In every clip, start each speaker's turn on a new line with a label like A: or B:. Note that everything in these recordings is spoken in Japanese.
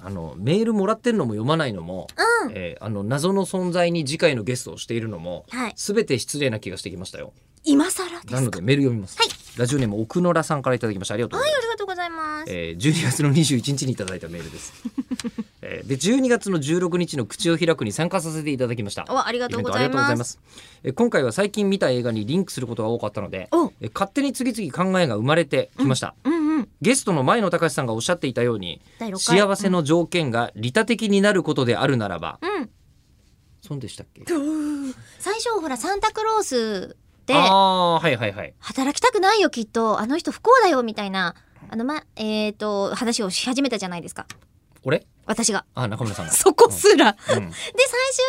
A: あのメールもらってるのも読まないのも、
B: うん
A: えーあの謎の存在に次回のゲストをしているのも、
B: はい
A: すべて失礼な気がしてきましたよ。
B: 今更ですか
A: な
B: はい
A: のでメール読みます。
B: はい
A: ラジオネーム奥野良さんからいただきました。ありがとうございます。
B: ありがとうございます
A: えー、12月の21日にいただいたメールです、えー、で12月の16日の口を開くに参加させていただきました
B: おありがとうござ
A: イベントありが
B: います
A: とうございます、えー今回は最近見た映画にリンクすることが多かったので
B: お、
A: えー勝手に次々考えが生まれてきました、
B: うんうん
A: ゲストの前野隆さんがおっしゃっていたように
B: 第六回
A: 幸せの条件が利他的になることであるならば、
B: うん
A: そうでしたっけ
B: 最初ほらサンタクロースで
A: ああーはいはいはい
B: 働きたくないよきっとあの人不幸だよみたいなあのまえっ、と話をし始めたじゃないですか
A: 俺
B: 私が
A: あ中村さんが
B: そこすら、で最
A: うん
B: 終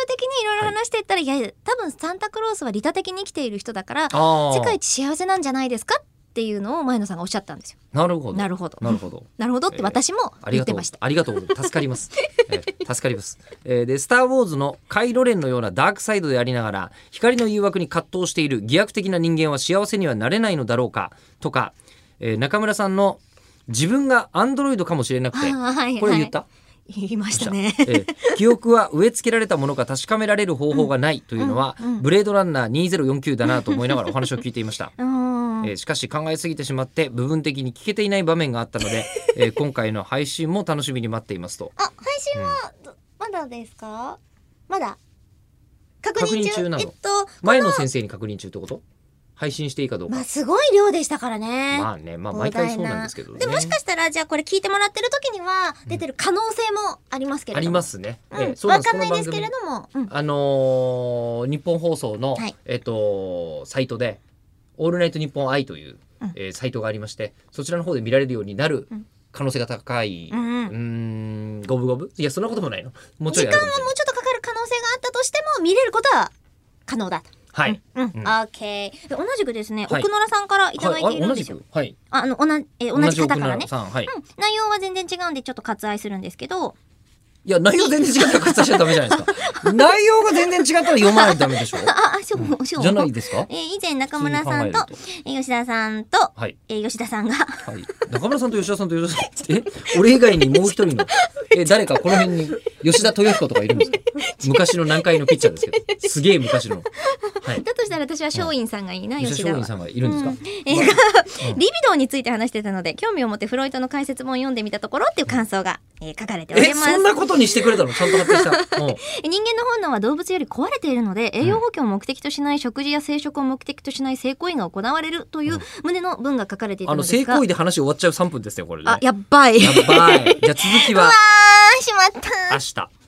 B: 的にいろいろ話していったら、い、や多分サンタクロースは利他的に生きている人だから
A: ああ
B: 世界一幸せなんじゃないですかっていうのを前野さんがおっしゃったんですよ
A: なるほど
B: なるほど
A: なるほど
B: なるほどって私も
A: あり が
B: 言って
A: とう
B: ました、
A: ありがとう助かります、えー助かります、えーで「スター・ウォーズ」のカイ・ロレンのようなダークサイドでありながら光の誘惑に葛藤している偽悪的な人間は幸せにはなれないのだろうかとか、えー中村さんの「自分がアンドロイドかもしれなくて」
B: あーはいはい
A: これ言った、
B: 言いましたね
A: えー記憶は植え付けられたものが確かめられる方法がないというのは、ブレードランナー2049だなと思いながらお話を聞いていました
B: うーん
A: えーしかし考えすぎてしまって部分的に聞けていない場面があったの で、えー今回の配信も楽しみに待っていますと
B: あ配信はどまだですかまだ確認中
A: 確認中なの
B: えっと
A: 前の先生に確認中ってこと配信していいかどうか
B: まあすごい量でしたからね、
A: まあねまあ毎回そうなんですけどね
B: でもしかしたらじゃあこれ聞いてもらってる時には出てる可能性もありますけれ
A: あ
B: ど
A: り
B: も、
A: ますね、え
B: うん
A: ーそうなん
B: わ
A: です
B: かんないですけれ
A: この番組
B: ども、うん
A: あのー日本放送の、
B: はい
A: えっとサイトで「オールナイトニッポン愛」という、
B: うん
A: えーサイトがありましてそちらの方で見られるようになる
B: うん
A: 可能性が高い、
B: うんうん
A: ーん五分五分いやそんなこともないのもうちょ
B: 時
A: いある
B: 間
A: か
B: は
A: もしれ
B: も
A: な
B: う
A: い
B: ちょっとかかる可能性があったとしても見れることは可能だと。
A: はい、
B: うん、
A: うん
B: オッケー。で同じくですね、
A: はい
B: 奥野良さんからいただいてい
A: はいあ
B: るん
A: 同
B: で
A: じ
B: すよ。
A: くはい
B: ああの同じえー同じ方から
A: 同じ
B: ね
A: 奥村。さんはい、
B: うん、内容は全然違うんでちょっと割愛するんですけど、
A: いや内容全然違ったら割愛しちゃダメじゃないです か内容が全然違ったら読まないとダメでしょ
B: あああしょうしょう。
A: じゃないですか
B: えー以前中村さんと
A: 普通に考
B: えー吉田さんと、
A: はい
B: えー吉田さんが
A: はい中村さんと吉田さんと吉田さんえ俺以外にもう一 人のえ誰かこの辺に吉田豊彦とかいるんですか昔の南海のピッチャーですけどすげえ昔のはい
B: だとしたら私は松陰さんがいいな、
A: 吉
B: 吉
A: 田
B: 田は
A: 松陰さんがいるんですか、
B: 映画「 リビドー」について話してたので興味を持ってフロイトの解説本を読んでみたところっていう感想が、えー書かれてお
A: え
B: ります
A: そんなことにしてくれたのちゃんと発表した、 うん
B: え人間の本能は動物より壊れているので栄養補給を目的としない食事や生殖を目的としない性行為が行われるという旨の文が書かれていた
A: あ
B: の
A: の
B: です
A: 性
B: が
A: 行為で話終わっちゃう3分ですよこれね
B: あやっばい
A: やばいじゃあ続きは
B: あーしまった
A: 明日